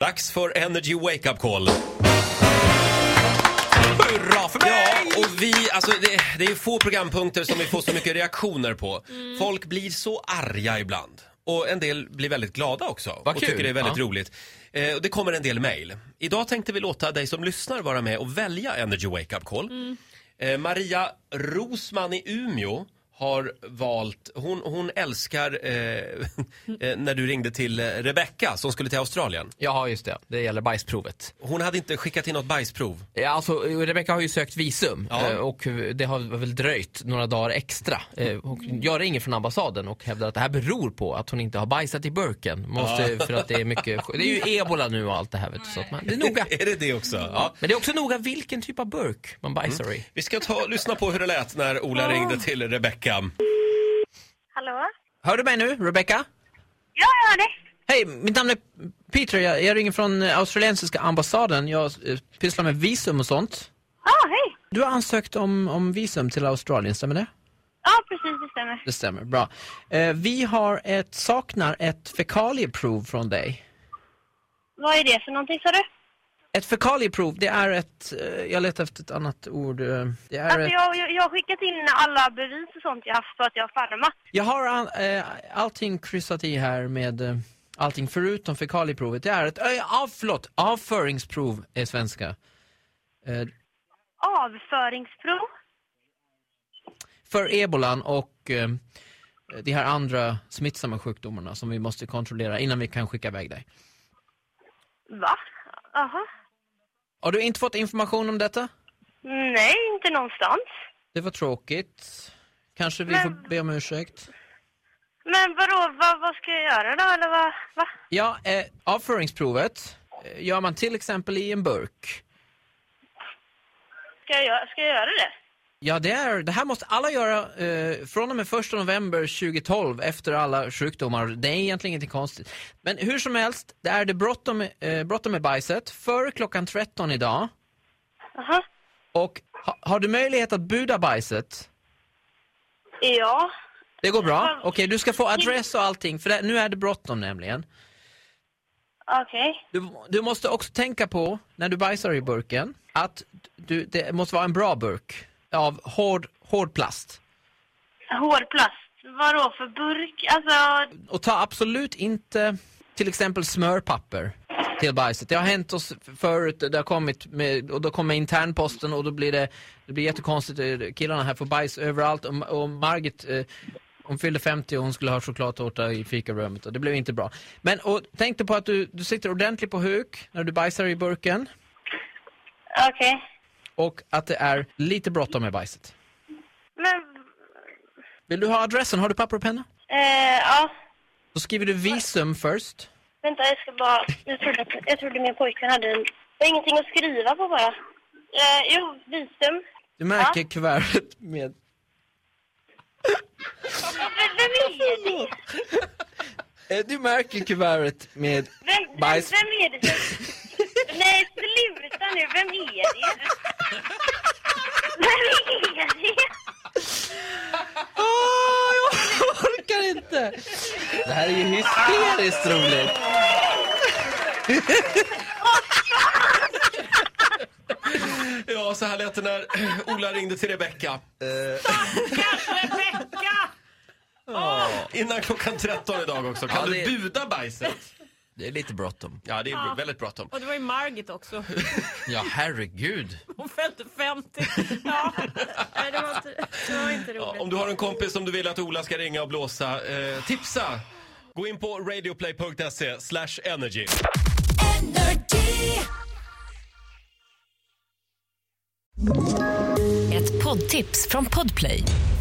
Dags för Energy Wake Up Call. Hurra för mig! Ja, och vi, alltså det, det är få programpunkter som vi får så mycket reaktioner på. Folk blir så arga ibland. Och en del blir väldigt glada också. Vad och kul. tycker det är väldigt Ja. roligt. Eh, och det kommer en del mejl. Idag tänkte vi låta dig som lyssnar vara med och välja Energy Wake Up Call. Eh, Maria Rosman i Umeå har valt, hon, hon älskar eh, eh, när du ringde till eh, Rebecca som skulle till Australien. Ja, just det. Det gäller bajsprovet. Hon hade inte skickat in något bajsprov. Ja, Alltså, Rebecca har ju sökt visum Ja. eh, och det har väl dröjt några dagar extra. Eh, Och jag ringer från ambassaden och hävdar att det här beror på att hon inte har bajsat i burken. Måste, För att det är mycket... Det är ju ebola nu och allt det här. Vet du, så att man, det är noga. är det det också? Ja. Men det är också noga vilken typ av burk man bajsar i. Vi ska ta lyssna på hur det lät när Ola ringde till Rebecca. Hallå? Hör du mig nu, Rebecca? Ja, jag hör dig. Hej, mitt namn är Peter. Jag, jag ringer från eh, australiensiska ambassaden. Jag eh, pysslar med visum och sånt. Ja, hej. Du har ansökt om, om visum till Australien, stämmer det? Ja, precis, det stämmer. Det stämmer, bra. Eh, vi har ett, saknar ett fekalieprov från dig. Vad är det för någonting, sa du? Ett fekalieprov, det är ett, eh, jag letar efter ett annat ord. eh, Det är Alltså, ett, jag, jag, jag har skickat in alla bevis och sånt jag haft på att jag har farmat. jag har an, eh, allting kryssat i här med eh, allting förutom fekalieprovet. Det är ett, äh, av, förlåt, avföringsprov är svenska. Eh, Avföringsprov. för ebolan och eh, de här andra smittsamma sjukdomarna som vi måste kontrollera innan vi kan skicka iväg dig. Va? Jaha. Har du inte fått information om detta? Nej, inte någonstans. Det var tråkigt. Kanske vi Men- får be om ursäkt. Men vadå, vad, vad ska jag göra då, eller vad? Va? Ja, eh, avföringsprovet eh, gör man till exempel i en burk. Ska jag, göra- ska jag göra det? Ja, det, är, det här måste alla göra eh, från och med 1 november 2012 efter alla sjukdomar. Det är egentligen inte konstigt. Men hur som helst, det är det bråttom eh, bråttom med bajset före klockan 13 idag. Jaha. Och ha, har du möjlighet att buda bajset? Ja. Det går bra? Okej, du ska få adress och allting, för det, nu är det bråttom nämligen. Okej. Du, du måste också tänka på, när du bajsar i burken, att du, det måste vara en bra burk av hård, hård plast. Hårplast. Vadå för burk? Alltså, Och ta absolut inte till exempel smörpapper till bajset. Det har hänt oss förut, det har kommit med, och då kommer internposten och då blir det, det blir jättekonstigt, eh, killarna här får bajs överallt och, och Margit eh, hon fyllde 50 och hon skulle ha chokladtårta i fikarummet och det blev inte bra. Men och, tänk dig på att du, du sitter ordentligt på huk när du bajsar i burken. okej. och att det är lite bråttom med bajset. Men, Vill du ha adressen? Har du papper och penna? eh, ja. Då skriver du visum först. Vänta, jag ska bara... Jag trodde, jag trodde min pojkvän hade en... Det var ingenting att skriva på bara. Eh, jo, visum. Du märker kuvertet med... V- Vem är det? Eh, Du märker kuvertet med... Vem, vem, Bajs. vem är det som... Nej, sluta nu. Vem är det? Vem är det? Åh, jag orkar inte! Det här är ju hysteriskt roligt. Ja, så här lät det när Ola ringde till Rebecca. Ah, Innan klockan 13 idag också. Kan Ja, det- du buda bajset? Det är lite bråttom. Ja, det är väldigt bråttom. Och det var ju Margit också. Ja, herregud. Hon fällde 50. Ja. Nej, det, var inte, det var inte Ja, roligt. om du har en kompis som du vill att Ola ska ringa och blåsa, eh, tipsa! Gå in på radioplay.se slash energy. Ett poddtips från Podplay.